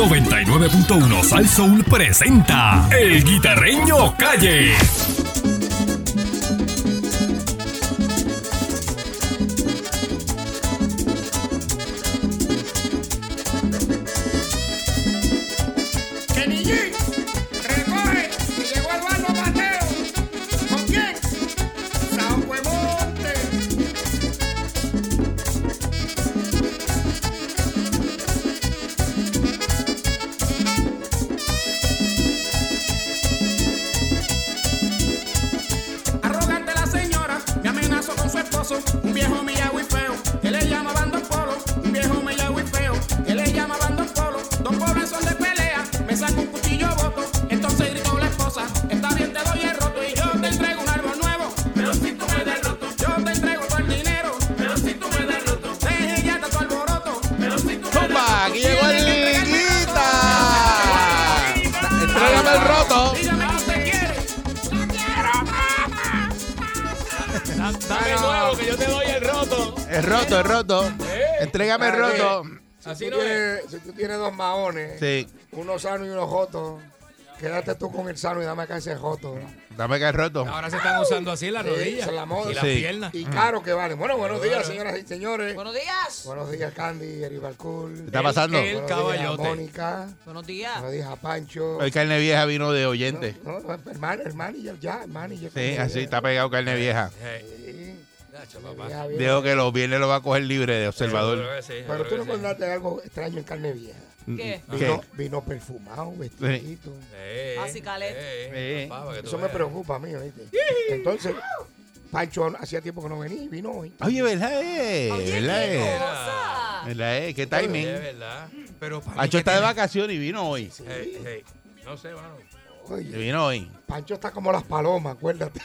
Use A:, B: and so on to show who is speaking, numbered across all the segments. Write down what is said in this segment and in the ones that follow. A: 99.1 Sal Soul presenta El Guitarreño Calle.
B: Kenny G, recoge, que llegó al barrio Mateo. ¿Con quién? Sao Monte. Arrogante la señora, me amenazó con su esposo, un viejo Miyagüi feo, que le llamaban Don Polo, un viejo Miyagüi feo, que le llamaban Don Polo, Don Polo en son de pelea, me sacó un cuchillo voto, entonces gritó la esposa, está bien te doy el roto y yo te entrego un árbol nuevo, pero si tú me das roto, yo te entrego todo el dinero, pero si tú me das roto, deje ya de tu alboroto, pero si tú me das
C: Zumba, aquí llegó el guita. Entrégame el roto.
B: dígame que usted quiere, yo quiero papá.
D: Dame
C: Ah, no.
D: nuevo que yo te doy el roto.
C: El roto, el roto. Entrégame el roto.
D: Así
E: tú
D: no es.
E: tienes- Si tú tienes dos maones,
C: Sí,
E: uno sano y uno joto, quédate tú con el sano y dame acá ese joto.
C: dame que el roto.
D: Ahora se están usando así las
E: Sí,
D: rodillas
E: esa es la moda.
D: y las
C: Sí.
D: piernas.
E: Y caro que vale. Bueno, buenos días, señoras y señores.
F: Buenos días.
E: Buenos días, Candy, Eribalcool.
C: está pasando?
D: El, el
E: Buenos días, a
D: caballote.
E: Mónica.
F: Buenos días.
E: Buenos días, a Pancho.
C: Hoy carne vieja vino de oyente.
E: No, no, hermano, hermano, ya, ya, hermano. ya.
C: Sí, así está pegado carne vieja.
D: Eh,
E: Sí,
D: Nacho,
E: ya,
D: papá.
E: ya.
C: Dijo que los viernes lo va a coger libre de
D: Seguro
C: observador.
D: que Pues sí, seguro
E: Pero tú
D: que
E: no
D: sí.
E: encontraste algo extraño en carne vieja.
F: ¿Qué?
E: Vino, vino perfumado, vestidito.
D: Eh,
F: Así, caleta.
D: eh,
C: Eh.
D: papá, para que tú
E: Ah, Eso me
D: veas.
E: preocupa a mí, ¿oíste? Entonces, Pancho hacía tiempo que no venía y vino hoy.
C: Oye, ¿verdad? Eh?
F: Oye,
C: ¿Verdad?
F: qué
C: eh?
F: cosa.
C: ¿Verdad? eh? ¿Qué
D: Es
C: timing?
D: verdad. Pero para
C: Pancho
D: mí, ¿qué
C: está de
D: tiene?
C: vacaciones y vino hoy.
D: Eh, eh, No sé, mano.
C: Y
E: Oye,
C: vino hoy.
E: Pancho está como las palomas, acuérdate.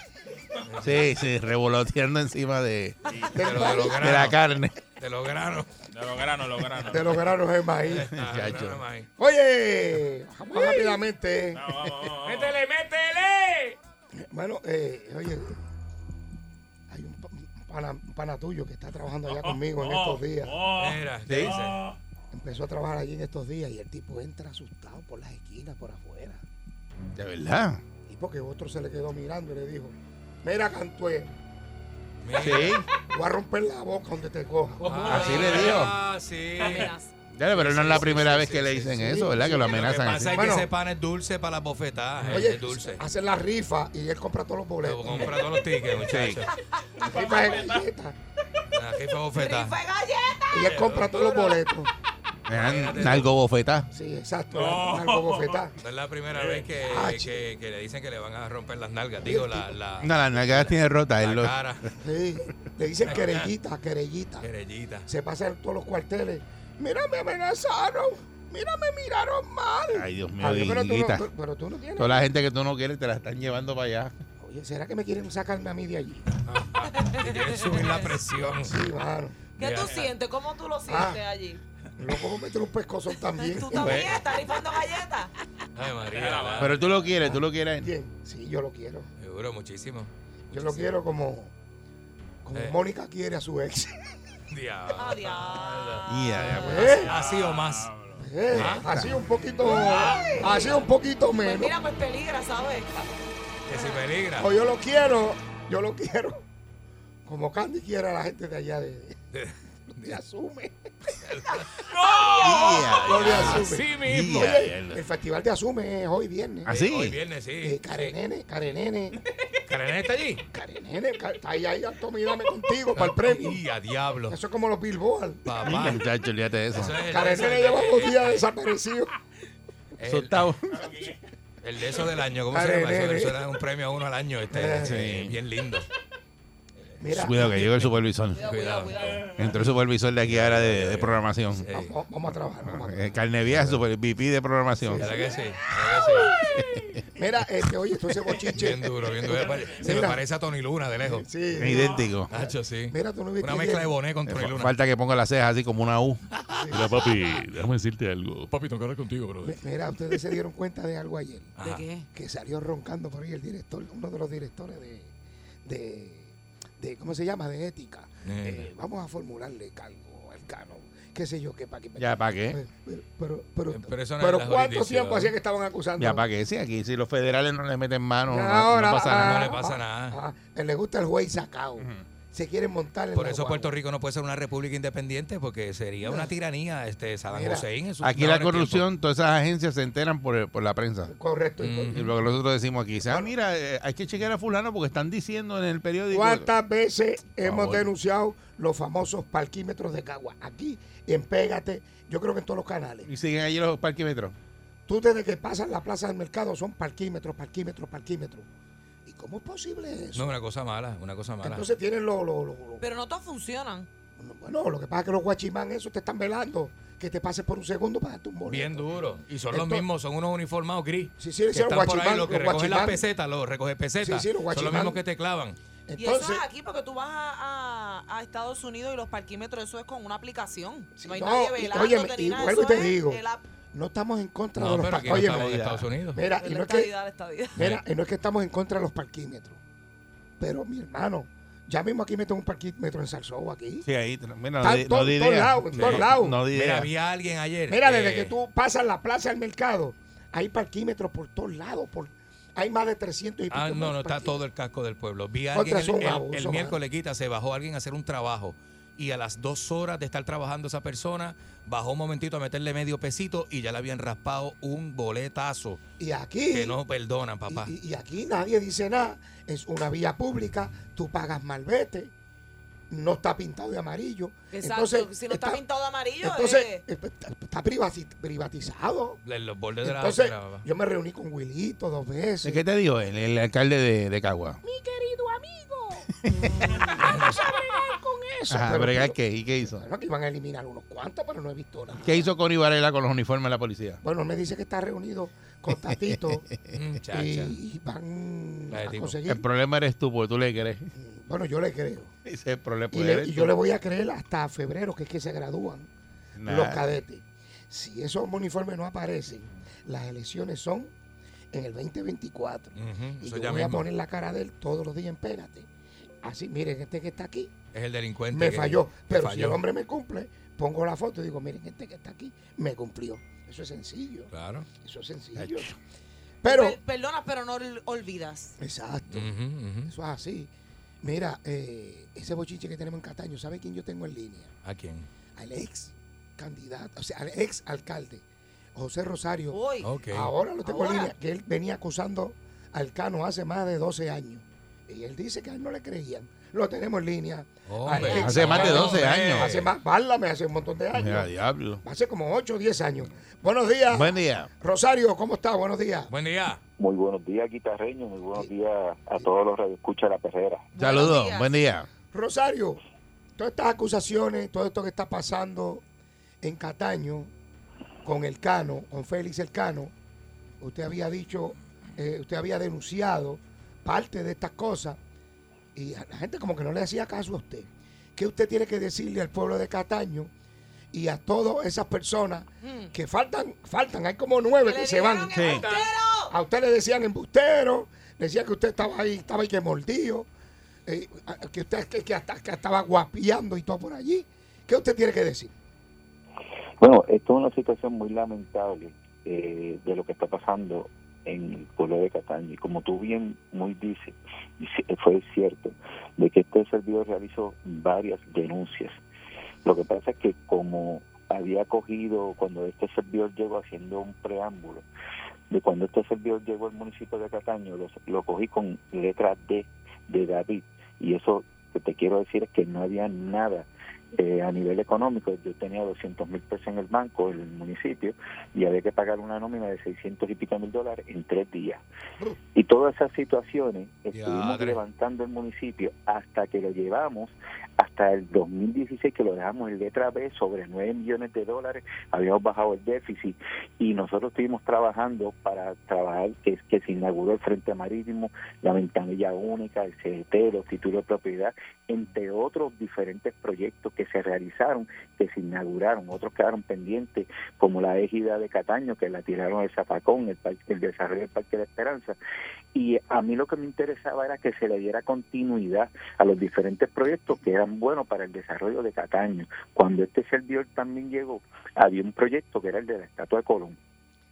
C: Sí, sí, revoloteando encima de,
D: De lo- de los
C: de la
D: granos.
C: carne.
D: De los granos.
G: De los granos, los granos.
E: De los granos de maíz.
D: Ah,
C: Chacho.
D: granos maíz.
E: Oye, vamos rápidamente. ¿eh?
G: Vamos, vamos, vamos.
D: ¡Métele, métele!
E: Bueno, eh, oye, hay un pa- un pana, un pana tuyo que está trabajando allá conmigo en estos días.
G: Oh,
D: Mira, ¿qué dice?
G: oh.
E: Empezó a trabajar allí en estos días y el tipo entra asustado por las esquinas, por afuera.
C: De verdad.
E: Y porque otro se le quedó mirando y le dijo, mira, Cantué,
C: Sí.
E: voy a romper la boca donde te coja.
G: Oh,
C: Oh. Así le digo.
D: Ah, sí.
F: Amenaza.
C: Ya, pero no es la primera
D: sí,
C: vez
D: sí,
C: que le
D: sí,
C: dicen
D: sí,
C: eso, ¿verdad? que lo
D: Lo que
C: amenazan
D: pasa
C: así.
D: es
E: Bueno.
D: que ese pan es dulce para las bofetadas.
E: Oye, Ah,
D: Es dulce.
E: hacen la rifa y él compra todos los
D: Pero
E: boletos.
D: compra todos los tickets, muchachos.
E: La rifa es galleta
D: Aquí fue bofetada.
F: ¡Fue galleta!
E: y él compra todos los boletos.
C: Me dan algo bofetá.
E: Sí, exacto.
G: No.
E: Algo bofetá.
D: No es la primera vez que,
E: Ah,
D: que, que le dicen que le van a romper las nalgas. Digo, la, la,
C: No, las nalgas tiene rota.
D: la
C: Él lo-
D: cara.
E: Sí, le dicen querellita, querellita.
D: Querellita.
E: Se pasa en todos los cuarteles. Mira, me amenazaron. Mira, me miraron mal.
C: Ay, Dios mío,
E: Javier, Ah, pero, tú
C: Dieguita.
E: no, tú- pero tú no tienes.
C: Toda la gente que tú no quieres te la están llevando para allá.
E: Oye, ¿será que me quieren sacarme a mí de allí?
D: Y quieren subir la presión.
E: Sí, mano.
F: ¿Qué
D: Ya.
F: tú sientes? ¿Cómo
E: Ah.
F: tú lo sientes allí?
E: Luego me meter un pescozón también.
F: ¿Tú también estás rifando Ah, galletas?
D: Ay, María. la-
C: Pero tú lo quieres, tú lo quieres.
E: Bien, sí, yo lo quiero.
D: Seguro, muchísimo.
E: Yo lo quiero como, como
D: Eh.
E: Mónica quiere a su ex.
D: Diablo.
F: ¡Ah, diablo!
C: Y ya, pues,
E: ¿Eh?
D: Así Ah, o más.
E: Eh, así un poquito, así un poquito
F: Pues
E: menos.
F: mira, pues peligra, ¿sabes?
D: Que si peligra.
E: O yo lo quiero, yo lo quiero. Como Candy quiere a la gente de allá de,
D: Eh,
E: de Asume.
D: Ah,
C: ya,
E: Yo le asume.
D: Así
C: ya,
D: mismo.
C: ya, ya,
E: El
C: ya.
E: festival de Asume es hoy viernes.
D: Hoy
C: Así.
D: viernes, Ah, sí. Eh,
E: Eh, Carenene, Carenene,
D: ¿Karen está allí?
E: Carenene, Ca- está ahí, ahí, Alto, mírame contigo para el premio.
D: Y a diablo.
E: Eso es como los Billboard.
D: Papá.
C: Muchacho, olvídate de eso.
D: Eso es el,
E: Carenene lleva dos días desaparecido.
C: Eso
D: el,
C: está-
D: el de eso del año. ¿Cómo se llama? Eso, eso era un premio a uno al año. Este,
C: Sí.
D: Bien lindo.
E: Mira,
C: Cuidado que llegó el supervisor.
F: Cuidado, cuidado, cuidado.
C: Entró el supervisor de aquí ahora de, de programación.
E: vamos, vamos a trabajar. vamos a trabajar.
C: Eh, Carne vieja, super VP de programación.
D: ¿Verdad que sí? ¿Verdad que sí?
E: Mira, este, oye, esto ese bochiche.
D: Bien duro, bien duro. Se me
E: Mira.
D: parece a Tony Luna de lejos.
E: Sí.
C: Idéntico.
D: Nacho, sí.
E: Mira, tú no viste
D: Una
E: que-
D: mezcla de Bonet
G: Eh,
D: con Tony
C: Fa-
D: Luna.
C: Falta que ponga las cejas así como una U.
G: Mira, papi, déjame decirte algo. Papi, tengo que hablar contigo, bro.
E: Mi- Pues Mira, ustedes se dieron cuenta de algo ayer,
F: ¿De qué?
E: que salió roncando por ahí el director, uno de los directores de, de, de- ¿cómo se llama? De ética.
D: Eh.
E: Eh, vamos a formularle cargo al cano. qué sé yo, qué pa' qué. pa'
C: Ya,
E: qué.
C: ¿para qué?
E: Pero, pero, pero,
D: Eh, Pero eso no es
E: pero
D: la
E: ¿cuánto
D: jurisdicción.
E: tiempo hacía que estaban acusando?
C: Ya, ¿para qué? Sí, aquí si los federales no le meten mano, no,
E: Ya
C: no
E: ahora,
C: pasa nada.
E: ah,
D: No le pasa
E: ah,
D: nada.
E: ah, él le gusta el juez sacado. Se quieren montar en
D: Por
E: la
D: eso Puerto
E: guagua.
D: Rico no puede ser una república independiente porque sería una tiranía este Saddam
E: Mira,
D: Hussein. en sus
C: Aquí la
D: mejores
C: corrupción, todas esas agencias se enteran por, por la prensa.
E: Correcto.
D: Mm,
E: y
C: Y lo que nosotros decimos aquí, ah, mira, eh, hay que chequear a fulano porque están diciendo en el periódico.
E: ¿Cuántas veces hemos
C: favor.
E: denunciado los famosos parquímetros de Cagua? Aquí, en Pégate, yo creo que en todos los canales.
C: Y siguen allí los parquímetros.
E: Tú desde que pasas la plaza del mercado son parquímetros, parquímetros, parquímetros. ¿Y cómo es posible
D: tiempos.
E: eso?
D: No, una cosa mala, una cosa mala.
E: Entonces tienen los... Lo, lo- lo-
F: Pero no todos funcionan.
E: bueno, lo que pasa es que los guachimán esos te están velando. Que te pases por un segundo para darte un boleto.
D: Bien duro. Y son los
E: Esto-
D: mismos, son unos uniformados gris.
E: Sí, sí, le
D: que
E: hicieron
D: están por ahí,
E: guachimán,
D: los que
E: los
D: recogen las
E: guachimán.
D: pesetas, los recoge
E: Sí,
D: pesetas.
E: sí, los
D: son los
E: guachimán.
D: mismos que te clavan.
F: Y eso
E: Entonces,
F: es aquí porque tú vas a, a- a Estados Unidos y los parquímetros, eso es con una aplicación.
E: Sí,
F: no hay
E: no,
F: nadie
E: y-
F: velando,
E: óyeme,
F: ni
E: y
F: nada,
E: vuelvo y
F: eso
E: te
F: es
E: digo,
F: el app
E: no estamos en contra de
D: No,
E: los
D: pero aquí no
E: parquímetros.
D: estamos en Estados Unidos.
E: Mira,
F: de
E: y
F: la
E: no es que...
F: estadidad, la estadidad.
E: Mira, y no es que estamos en contra de los parquímetros. Pero mi hermano, ya mismo aquí meten un parquímetro en Salsó aquí.
C: Sí, ahí. Mira,
E: Está
C: no,
E: en
C: di-
E: todo-
C: no di
E: en todos
C: idea.
E: lados, en
C: Sí,
E: todos lados.
C: No di
D: Mira,
C: idea.
D: había alguien ayer.
E: Mira,
D: eh,
E: desde que tú pasas la plaza al mercado, hay parquímetros por todos lados. Por, hay más de 300 y pico.
D: Ah, no,
E: más
D: no, está
E: parquímetros.
D: todo el casco del pueblo. Vi a
E: Contra
D: alguien
E: son
D: el, el-
E: bravos,
D: el
E: son
D: miércoles quita, se bajó alguien a hacer un trabajo. Y a las dos horas de estar trabajando esa persona, bajó un momentito a meterle medio pesito y ya le habían raspado un boletazo.
E: Y aquí.
D: Que no perdonan, papá.
E: Y, y- y aquí nadie dice nada. Es una vía pública. Tú pagas malvete. No está pintado de amarillo.
F: Exacto,
E: Entonces,
F: si no está, pintado de amarillo,
E: Entonces,
F: eh,
E: está está privati- privatizado.
D: Le- Los bordes de la
E: Entonces,
D: de la- papá.
E: yo me reuní con Wilito dos veces.
C: ¿De ¿Qué te dijo él, el alcalde de, de Cagua?
E: Mi querido amigo, vamos a bregar con eso.
D: Ah,
C: Ajá,
E: Pero-
C: bregar,
E: pero-
C: ¿qué? ¿Y qué hizo?
E: Bueno, que iban a eliminar unos cuantos, pero no he visto nada.
C: ¿Qué hizo Connie Varela con los uniformes de la policía?
E: Bueno, me dice que está reunido con Tatito
D: Mm,
E: y,
D: chacha.
E: eh, y van
D: La de
E: a
D: tipo.
E: conseguir.
C: El problema eres tú, porque tú le crees.
E: Bueno, yo le creo.
C: Ese es el problema. pues
E: Y, le-
C: eres
E: y
C: tú.
E: yo le voy a creer hasta febrero, que es que se gradúan
C: Nah.
E: los cadetes. Si esos uniformes no aparecen, las elecciones son en el 2024.
D: Ujú,
E: Y
D: Mm, eso
E: yo
D: ya
E: voy a
D: mismo.
E: poner la cara de él todos los días en Pégate. Así, miren, este que está aquí
D: Es el delincuente.
E: me
D: que-
E: falló.
D: que
E: Pero si
D: falló.
E: el hombre me cumple, pongo la foto y digo, miren, este que está aquí me cumplió. Eso es sencillo.
D: Claro.
E: Eso es sencillo. Pero,
F: per- perdonas, pero no ol- olvidas.
E: exacto,
D: Ujú, ujú.
E: eso es así. Mira, eh, ese bochinche que tenemos en Cataño, ¿sabe quién yo tengo en línea?
D: ¿A quién?
E: Al ex candidato, o sea, al ex alcalde, José Rosario.
F: Voy.
D: Ok.
E: Ahora lo tengo en
F: Ahora.
E: línea, que él venía acusando al Cano hace más de 12 años. Y él dice que a él no le creían. Lo tenemos en línea.
D: Hombre,
E: Al ex
C: Hace más de
E: alcalde.
C: 12 años.
E: Hace más, válame, hace un montón de
C: Mira,
E: años.
C: diablo.
E: Hace como 8 o 10 años. Buenos días.
C: Buen día.
E: Rosario, ¿cómo está? Buenos días.
D: Buen día.
H: Muy buenos días, guitarreño. Muy buenos días a todos los radioescuchas de la perrera.
C: Saludos.
F: días.
C: Buen día.
E: Rosario, todas estas acusaciones, todo esto que está pasando en Cataño con el Cano, con Félix el Cano, usted había dicho, eh, usted había denunciado parte de estas cosas y a la gente como que no le hacía caso a usted. ¿Qué usted tiene que decirle al pueblo de Cataño y a todas esas personas
F: Mm.
E: que faltan, faltan, hay como nueve Hmm. que
F: le
E: se van?
F: dijeron
C: Sí.
F: embustero.
E: A usted le decían embustero, le decían que usted estaba ahí, estaba ahí que mordido, eh, a- que usted que, que hasta, que estaba guapiando y todo por allí. ¿Qué usted tiene que decir?
H: Bueno, esto es una situación muy lamentable eh, de lo que está pasando en el pueblo de Cataño. Y como tú bien muy dices, y sí, fue cierto, de que este servidor realizó varias denuncias. Lo que pasa es que como había cogido, cuando este servidor llegó haciendo un preámbulo, de cuando este servidor llegó al municipio de Cataño, lo, lo cogí con letra D de David. Y eso que te quiero decir es que no había nada eh, a nivel económico. Yo tenía 200 mil pesos en el banco, en el municipio, y había que pagar una nómina de 600 y pico mil dólares en tres días. Y todas esas situaciones estuvimos
D: Diadre.
H: levantando el municipio hasta que lo llevamos hasta el 2016, que lo dejamos en letra B sobre 9 millones de dólares. Habíamos bajado el déficit y nosotros estuvimos trabajando para trabajar que, que se inauguró el Frente Marítimo, la ventanilla única, el CGT, los títulos de propiedad, entre otros diferentes proyectos que que se realizaron, que se inauguraron, otros quedaron pendientes, como la égida de Cataño, que la tiraron al Zapacón, el, parque- el desarrollo del Parque de la Esperanza. Y a mí lo que me interesaba era que se le diera continuidad a los diferentes proyectos que eran buenos para el desarrollo de Cataño. Cuando este servidor también llegó, había un proyecto que era el de la estatua de Colón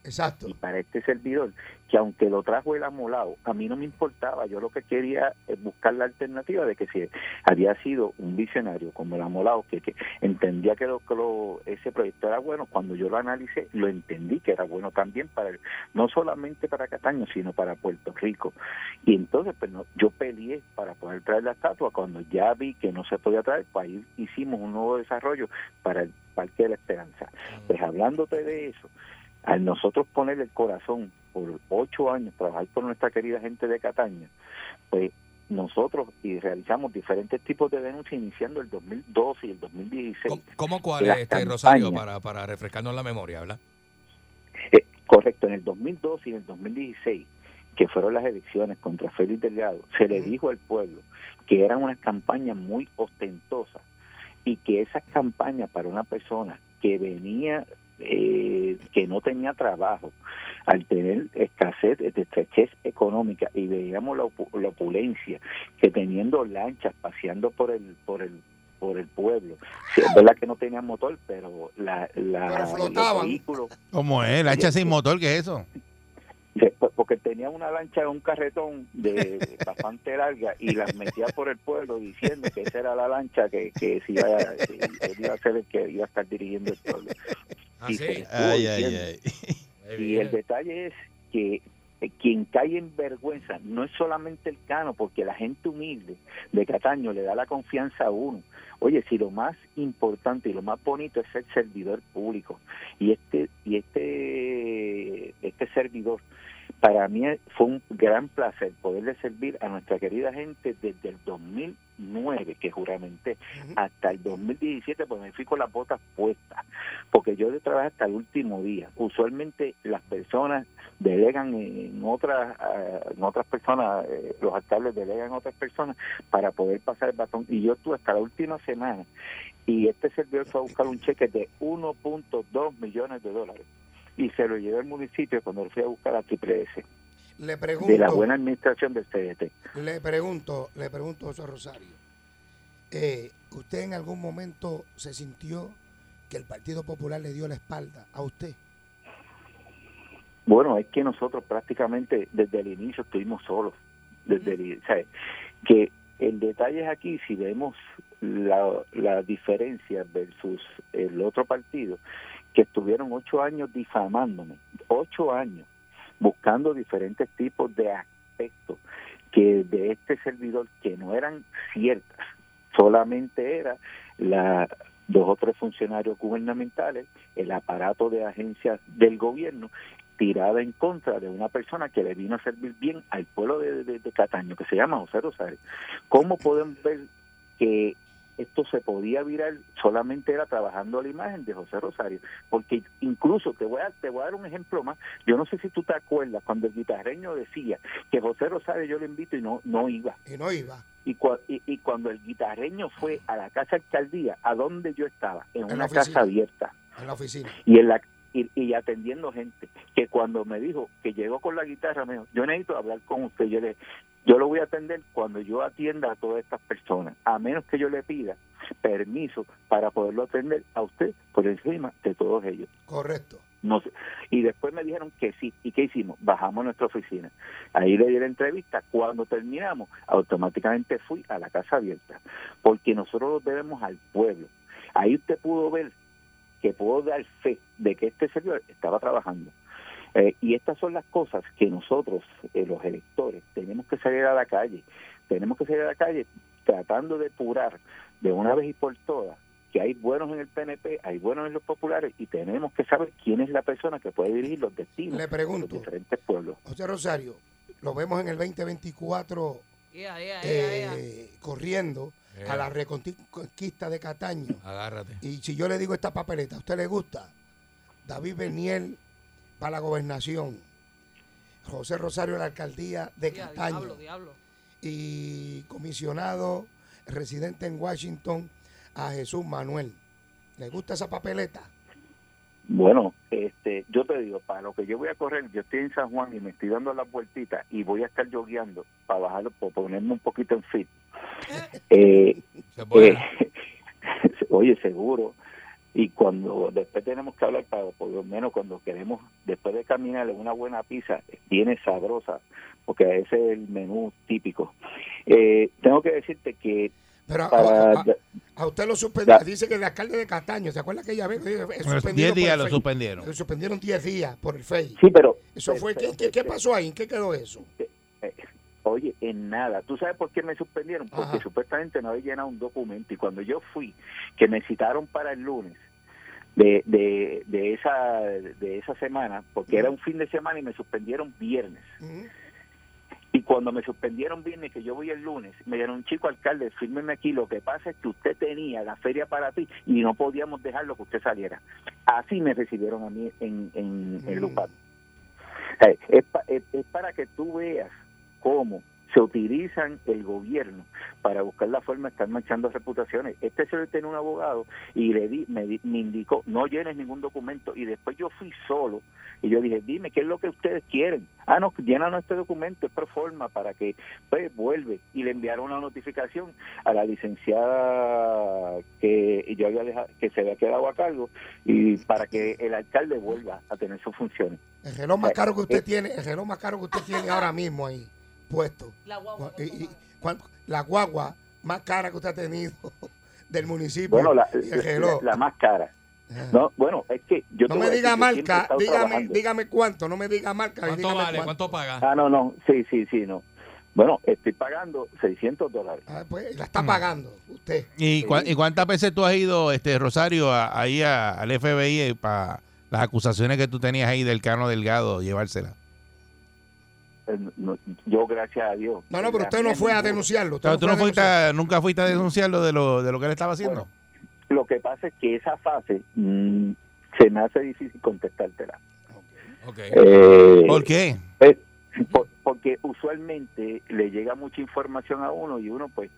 E: Exacto.
H: y para este servidor, que aunque lo trajo el amolado, a mí no me importaba, yo lo que quería es buscar la alternativa de que si había sido un visionario como el amolado, que, que entendía que, lo, que lo- ese proyecto era bueno, cuando yo lo analicé, lo entendí que era bueno también para el- no solamente para Cataño, sino para Puerto Rico. Y entonces pues, no- yo peleé para poder traer la estatua, cuando ya vi que no se podía traer, pues ahí hicimos un nuevo desarrollo para el Parque de la Esperanza. Pues hablándote de eso, al nosotros poner el corazón por ocho años, trabajar por nuestra querida gente de Cataña, pues nosotros y realizamos diferentes tipos de denuncias iniciando el 2012 y el 2016.
D: ¿Cómo, cómo cuál
H: La
D: es, este, Rosario,
H: campaña.
D: para, para refrescarnos la memoria, verdad?
H: Eh, correcto, en el 2012 y en el 2016, que fueron las elecciones contra Félix Delgado, se le dijo al pueblo que eran unas campañas muy ostentosas y que esas campañas para una persona que venía, eh, que no tenía trabajo, al tener escasez, de estrechez económica y veíamos la, opu- la opulencia, que teniendo lanchas paseando por el, por el por el pueblo. Sí, es verdad que no tenían motor, pero la, la-
E: Pero
H: los
E: flotaban.
H: vehículos
C: ¿Cómo es? La
H: eh,
C: hacha sin motor, ¿qué es eso?
H: Sí, po- pues, porque tenía una lancha, un carretón de bastante larga y las metía por el pueblo diciendo que esa era la lancha que, que se iba, a- que él iba a ser el que iba a estar dirigiendo el pueblo.
D: Ah,
H: Y se le estuvo diciendo. Y el detalle es que eh, quien cae en vergüenza no es solamente el cano, porque la gente humilde de Cataño le da la confianza a uno. Oye, si lo más importante y lo más bonito es ser servidor público y este y este este servidor para mí fue un gran placer poderle servir a nuestra querida gente desde el 2009 que juramenté hasta el 2017 pues me fui con las botas puestas porque yo trabajé hasta el último día usualmente las personas delegan en otras ah, en otras personas eh, los alcaldes delegan a otras personas para poder pasar el batón y yo estuve hasta la última semana y este servidor fue a buscar un cheque de 1.2 millones de dólares y se lo llevé al municipio cuando lo fui a buscar a Triple S
E: Le
H: de la
E: pregunto,
H: buena administración del CDT.
E: le pregunto, le pregunto, José Rosario. eh, ¿Usted en algún momento se sintió que el Partido Popular le dio la espalda a usted?
H: Bueno, es que nosotros prácticamente desde el inicio estuvimos solos. Desde el, o sea, que el detalle es aquí, si vemos la, la diferencia versus el otro partido, que estuvieron ocho años difamándome, ocho años, buscando diferentes tipos de aspectos que de este servidor que no eran ciertas, solamente era la dos o tres funcionarios gubernamentales, el aparato de agencias del gobierno tirada en contra de una persona que le vino a servir bien al pueblo de, de- de Cataño, que se llama José Rosario. ¿Cómo pueden ver que esto se podía virar? Solamente era trabajando la imagen de José Rosario. Porque incluso, te voy a, te voy a dar un ejemplo más. Yo no sé si tú te acuerdas cuando el guitarreño decía que José Rosario yo lo invito y no, no iba.
E: Y no iba.
H: Y, cua- y, y cuando el guitarreño fue a la casa alcaldía, ¿a dónde yo estaba? En
E: la
H: una
E: oficina.
H: casa abierta
E: En la oficina.
H: y en la y, y atendiendo gente que cuando me dijo que llegó con la guitarra me dijo yo necesito hablar con usted yo le yo lo voy a atender cuando yo atienda a todas estas personas a menos que yo le pida permiso para poderlo atender a usted por encima de todos ellos
E: Correcto.
H: no sé. Y después me dijeron que sí. ¿Y qué hicimos? Bajamos a nuestra oficina. Ahí le di la entrevista. Cuando terminamos, automáticamente fui a la casa abierta. Porque nosotros lo debemos al pueblo. Ahí usted pudo ver que puedo dar fe de que este señor estaba trabajando. Eh, y estas son las cosas que nosotros, eh, los electores, tenemos que salir a la calle. Tenemos que salir a la calle tratando de curar de una vez y por todas que hay buenos en el PNP, hay buenos en los populares y tenemos que saber quién es la persona que puede dirigir los destinos
E: Le
H: de los
E: pregunto,
H: diferentes pueblos.
E: José Rosario, lo vemos en el 2024
F: Ea, ea, ea, ea.
E: eh, corriendo
C: Eh.
E: a la reconquista de Cataño.
D: Agárrate.
E: Y si yo le digo esta papeleta, ¿a usted le gusta? David Berniel para la gobernación. José Rosario, la alcaldía de
F: Ea,
E: Cataño.
F: diablo, diablo.
E: Y comisionado residente en Washington, a Jesús Manuel? ¿Le gusta esa papeleta?
H: Bueno, este, yo te digo, para lo que yo voy a correr, yo estoy en San Juan y me estoy dando las vueltitas y voy a estar yogueando para bajarlo, para ponerme un poquito en fit. Eh,
D: Se puede.
H: eh, oye, seguro. Y cuando después tenemos que hablar, para, por lo menos cuando queremos, después de caminar una buena pizza, viene sabrosa, porque ese es el menú típico. Eh, tengo que decirte que
E: Pero a,
H: para...
E: a- a- a usted lo suspendieron.
H: Ya.
E: Dice que el alcalde de Castaño, ¿se acuerda que ella vez? Eh, eh,
C: Bueno,
E: suspendido
C: 10
E: por
C: días
E: el
C: lo
E: FEI?
C: suspendieron.
E: Lo suspendieron 10 días por el FEI.
H: Sí, pero...
E: Eso fue, ¿qué, qué, qué pasó ahí? ¿En qué quedó eso?
H: Oye, en nada. ¿Tú sabes por qué me suspendieron? Porque
E: Ajá.
H: supuestamente no había llenado un documento. Y cuando yo fui, que me citaron para el lunes de, de, de esa, de esa semana, porque era un fin de semana y me suspendieron viernes.
E: Mm.
H: Y cuando me suspendieron viernes, que yo voy el lunes, me dieron un chico alcalde, fírmeme aquí, lo que pasa es que usted tenía la feria para ti y no podíamos dejarlo que usted saliera. Así me recibieron a mí en, en, en
E: Mm.
H: Lupán. Eh, Es, pa- es- es para que tú veas cómo se utilizan el gobierno para buscar la forma de estar manchando reputaciones. Este señor tiene un abogado y le di, me, di- me indicó, no llenes ningún documento. Y después yo fui solo y yo dije, dime, ¿qué es lo que ustedes quieren? Ah, no, llénanos este documento, es por forma para que, pues, vuelve. Y le enviaron una notificación a la licenciada que yo había dejado- que se había quedado a cargo y para que el alcalde vuelva a tener sus funciones.
E: El reloj más
H: Eh,
E: caro que usted
H: eh.
E: tiene, el reloj más caro que usted tiene ahora mismo ahí, puesto.
F: La guagua.
E: Y- y- cuán- la guagua más cara que usted ha tenido del municipio.
H: Bueno, la,
E: y el
H: la,
E: reloj.
H: la más cara.
E: Ah. no
H: No, bueno, es que yo te voy
E: eh, me
H: a decir,
E: diga
H: yo siempre he
E: marca,
H: estado
E: dígame,
H: trabajando.
E: dígame cuánto, no me diga marca.
D: ¿Cuánto
E: dígame
D: vale? ¿Cuánto paga?
H: Ah, no, no, sí, sí, sí, no. Bueno, estoy pagando 600 dólares.
E: Ah, pues, la está pagando usted.
C: ¿Y, cua- y cuántas veces tú has ido, este Rosario, a- ahí a- al FBI para eh, las acusaciones que tú tenías ahí del Cano Delgado, llevárselas?
H: Eh, no, yo, gracias a Dios.
E: No, no, pero usted no fue a denunciarlo. usted
C: O sea, ¿Tú
E: fue
C: no
E: a
C: fuiste,
E: denunciarlo.
C: a- nunca fuiste a denunciar lo de lo, de lo que él estaba haciendo?
H: Bueno. eh, Lo que pasa es que esa fase mm, se me hace difícil contestártela.
D: Ok.
H: Eh,
C: ¿Por qué?
H: eh, por- porque usualmente le llega mucha información a uno y uno, pues,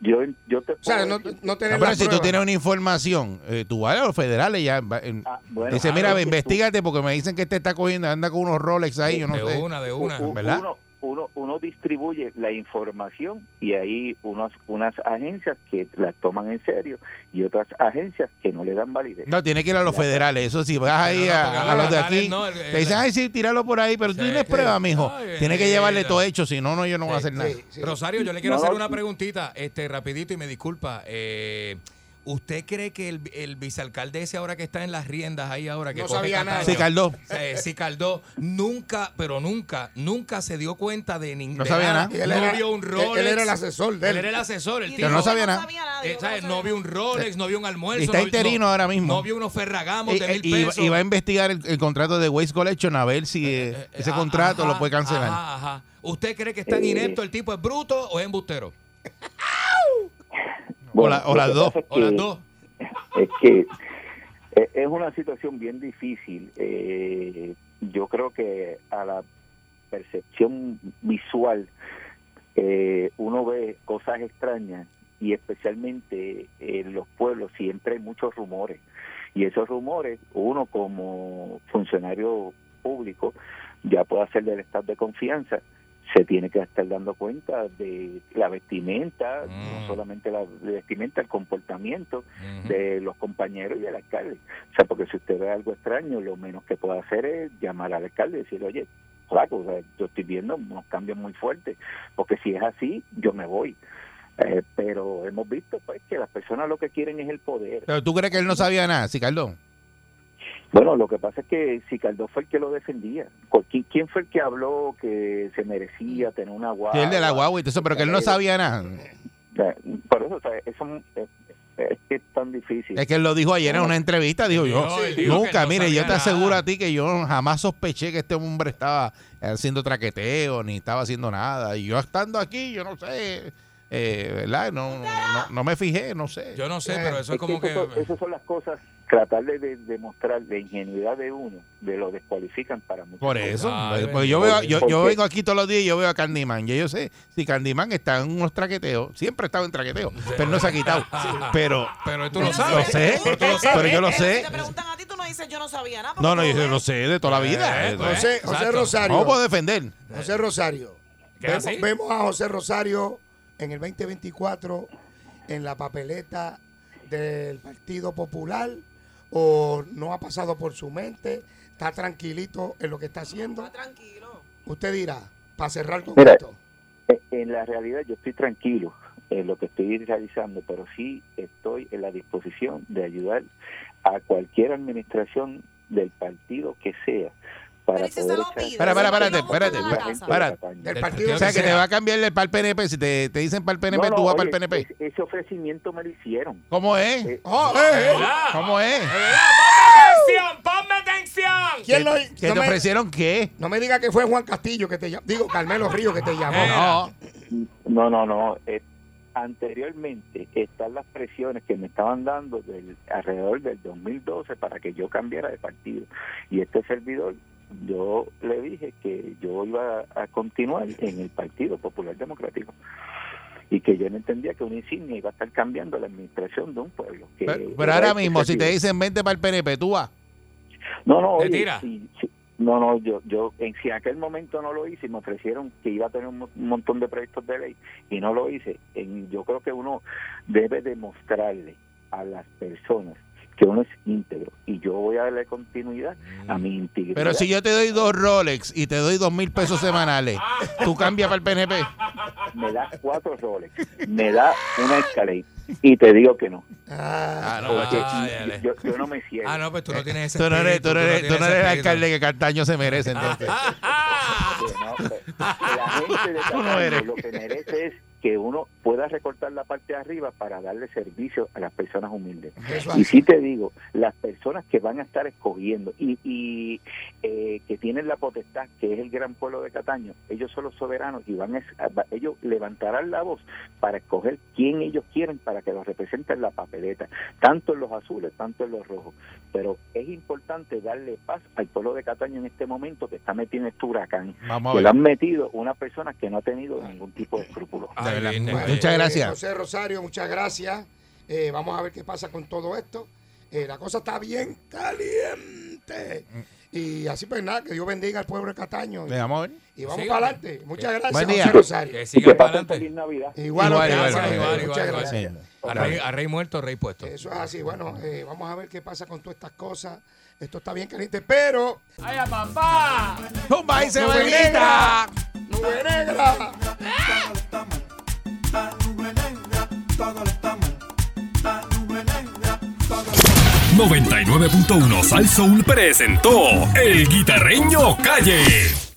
H: yo, yo te
E: O sea,
H: puedo
E: no,
H: decir-
E: no
C: No,
E: tener
C: Ah, pero
E: la
C: si tú
E: prueba.
C: tienes una información, eh, tú vas a los federales ya. va- en-
H: Ah, bueno,
C: dice,
H: ah,
C: mira,
H: no,
C: ve,
H: es que tú-
C: investigate porque me dicen que este está cogiendo, anda con unos Rolex ahí, yo no
D: de
C: sé.
D: una, de una.
H: u-
C: ¿verdad?
H: Uno, uno, uno distribuye la información y hay unas, unas agencias que las toman en serio y otras agencias que no le dan validez.
C: No, tienes que ir a los federales. Eso sí, vas
D: Pero
C: ahí
D: no,
C: a,
D: porque
C: a
D: los
C: los de
D: locales
C: aquí.
D: no, el- el-
C: te dicen, ay, sí, tíralo por ahí, pero tú
D: Sí,
C: tienes
D: sí.
C: pruebas, mijo.
D: Ay,
C: tienes que
D: sí,
C: llevarle
D: sí.
C: todo hecho, si no, no, yo no voy a
D: eh,
C: hacer nada.
E: Sí, sí.
D: Rosario, yo le quiero
H: No,
D: hacer
H: no.
D: una preguntita, este, rapidito, y me disculpa. Eh, ¿Usted cree que el, el vicealcalde ese ahora que está en las riendas ahí ahora que
E: No
D: coge
E: sabía nada.
C: Sí,
D: Cataño,
C: Carlos.
D: eh, sí, Caldó, nunca, pero nunca, nunca se dio cuenta de ningún.
C: No sabía nada.
E: Y él
D: no
E: era-
D: vio un
E: él-
D: Rolex.
E: él era el asesor de él.
D: Él era el asesor, el
F: Y
D: tipo.
C: Pero no
F: dijo que
C: sabía nada.
F: nada,
D: Eh,
F: dijo que
D: ¿sabes?
F: no
D: No
F: sabía
D: vio un Rolex, no vio un almuerzo.
C: Y está
D: no-
C: interino
D: no-
C: ahora mismo.
D: No vio unos ferragamos
C: Y,
D: de mil
C: y- y va-
D: pesos.
C: y va eh, a investigar el, el contrato de Waste Collection a ver si eh,
D: Eh,
C: ese
D: ah,
C: contrato
D: ajá,
C: lo puede cancelar.
D: ajá, ajá. ¿Usted cree que es tan
H: Eh.
D: inepto el tipo? ¿Es bruto o es embustero?
C: O la- o
H: lo
C: las
H: que
C: dos.
H: pasa es
D: O las
H: que-
D: dos.
H: es que e- es una situación bien difícil. Eh, yo creo que a la percepción visual eh, uno ve cosas extrañas y especialmente en los pueblos siempre hay muchos rumores. Y esos rumores uno como funcionario público ya puede hacer del estado de confianza se tiene que estar dando cuenta de la vestimenta,
D: Mm.
H: no solamente la vestimenta, el comportamiento,
D: Ujú.
H: de los compañeros y del alcalde. O sea, porque si usted ve algo extraño, lo menos que puede hacer es llamar al alcalde y decirle, oye, flaco, o sea, yo estoy viendo unos cambios muy fuertes, porque si es así, yo me voy. Eh, pero hemos visto pues que las personas lo que quieren es el poder.
C: Pero tú crees que él no sabía nada, sí, Carlos.
H: Bueno, lo que pasa es que si Caldó fue el que lo defendía, ¿Con qui- ¿quién fue el que habló que se merecía tener una
C: Sí,
H: guagua?
C: el de la guagua y todo eso, pero que él no
H: Eh,
C: sabía nada.
H: Eh, Por eso, o sea, eso es, es que es tan difícil.
C: Es que él lo dijo ayer en una entrevista, dijo yo.
D: Dijo, él dijo que
C: Nunca,
D: no
C: mire,
D: sabía
C: yo te aseguro
D: nada.
C: a ti que yo jamás sospeché que este hombre estaba haciendo traqueteo ni estaba haciendo nada. Y yo estando aquí, yo no sé. eh, ¿verdad? No, no, no me fijé, no sé.
D: Yo no sé, pero eso es
H: Es que
D: como que.
H: eso son- esas son las cosas, tratar de de- demostrar la ingenuidad de uno, de lo descualifican para muchas
C: Por
H: cosas.
C: eso,
D: Ah,
C: porque
D: bendito.
C: yo veo, yo, yo
H: Porque-
C: vengo aquí todos los días y yo veo a Candyman. Y yo sé, si Candyman está en unos traqueteos, siempre ha estado en traqueteos, pero no se ha quitado. Pero
D: Pero tú
F: Pero
D: lo
F: no
D: sabes.
C: Lo sé,
D: Pero tú lo sabes.
C: pero yo lo sé.
F: Si te preguntan a ti, tú no dices, yo no sabía nada. porque
C: no, no,
F: tú
C: yo
F: ves.
C: lo sé de toda la vida.
D: Eh,
C: Eso es.
E: José, José
D: Exacto.
E: Rosario.
C: No pues, puedo defender.
E: José Rosario.
D: ¿Queda
E: Vemos,
D: así?
E: vemos a José Rosario en el 2024 en la papeleta del Partido Popular o no ha pasado por su mente, está tranquilito en lo que está haciendo.
F: Está tranquilo.
E: Usted dirá, para cerrar con
H: Mira,
E: esto.
H: Eh, En la realidad yo estoy tranquilo en lo que estoy realizando, pero sí estoy en la disposición de ayudar a cualquier administración del partido que sea para
F: Pero ¿y si se
H: poder
F: lo
H: echar-
F: pide?
C: Espera, espera,
F: Pero
C: espérate,
F: no busca
C: espérate.
F: nada en la casa.
C: espérate.
H: Cataño.
E: Del
D: Del
E: partido
C: O sea, que
D: sea.
C: te va a cambiar el pal PNP. Si te, te dicen pal PNP,
H: No,
C: tú
H: no,
C: vas para
H: oye,
C: el PNP.
H: es- Ese ofrecimiento me lo hicieron.
C: ¿Cómo es?
H: eh,
E: Oh, eh, eh,
C: ¿Cómo es?
E: ¿Quién lo-
C: ¿Que te
E: no, me,
C: ofrecieron qué?
E: no me diga que fue Juan Castillo que te llamó. Digo, Carmelo Río que te llamó.
C: Eh, No,
H: No, no, no. eh, anteriormente están las presiones que me estaban dando del, alrededor del 2012 para que yo cambiara de partido. Y este servidor, yo le dije que yo iba a, continuar en el Partido Popular Democrático y que yo no entendía que una insignia iba a estar cambiando la administración de un pueblo. que
C: pero, pero
H: era
C: ahora
H: este
C: mismo, si te
H: servidor.
C: dicen vente para el PNP, tú vas.
H: No, no,
D: ¿Te
H: oye,
D: tira?
H: si- si- no, no, yo, yo, en, si en aquel momento no lo hice y me ofrecieron que iba a tener un, mo- un montón de proyectos de ley y no lo hice, en- yo creo que uno debe demostrarle a las personas que uno es íntegro y yo voy a darle continuidad a
D: Mm.
H: mi integridad.
C: Pero si yo te doy dos Rolex y te doy dos mil pesos semanales, tú cambias para el PNP.
H: Me das cuatro roles, me da una escalera y te digo que no.
E: Ah,
C: Ah, no,
H: Porque
C: macho.
D: ah, ya, ya.
H: yo, yo Eh, no me cierro.
D: Ah, no, pues tú no tienes ese.
C: Tú no eres,
D: espíritu,
C: tú no eres- tú
D: tienes
C: no
D: ese
C: eres el
D: espíritu.
C: alcalde Ah, que Cartaño se merece, entonces.
H: Que no, que- que la gente de
C: Tú no
H: Cataño
C: eres.
H: lo que merece es que uno pueda recortar la parte de arriba para darle servicio a las personas humildes.
E: eso
H: Y
E: así.
H: sí te digo, las personas que van a estar escogiendo y, y, eh, que tienen la potestad, que es el gran pueblo de Cataño, ellos son los soberanos y van a, va- ellos levantarán la voz para escoger quién ellos quieren para que los representen en la papeleta, tanto en los azules, tanto en los rojos. Pero es importante darle paz al pueblo de Cataño en este momento que está metido en este huracán,
C: Vamos
H: que le
C: a ver. Eh,
H: han metido una persona que no ha tenido ningún tipo de escrúpulo.
D: Ay,
C: De verdad.
D: bien,
C: Muchas
D: bien.
E: Bueno, eh,
C: gracias.
E: José Rosario, muchas gracias. Eh, vamos a ver qué pasa con todo esto. Eh, la cosa está bien caliente. Y así pues nada, que Dios bendiga al pueblo de Cataño.
C: Le damos a ver.
E: Y vamos
D: Sígame.
E: para adelante. Muchas gracias,
C: Buen día.
E: José Rosario.
D: Que
H: Y
D: sigan
H: que
D: para
H: pasen feliz
D: adelante.
H: Navidad.
E: Igual,
C: Igual,
E: gracias,
C: igual,
E: José,
D: igual,
E: muchas
D: igual,
E: gracias.
C: Sí.
D: A rey, a rey muerto, rey puesto.
E: Eso es así. Bueno, eh, vamos a ver qué pasa con todas estas cosas. Esto está bien caliente, pero
C: ¡Tumba ahí se
E: Nube
C: bailita!
E: negra, nube negra.
I: todo lo está mal. La nube negra, todo lo
A: 99.1 Sal Soul presentó El Guitarreño Calle.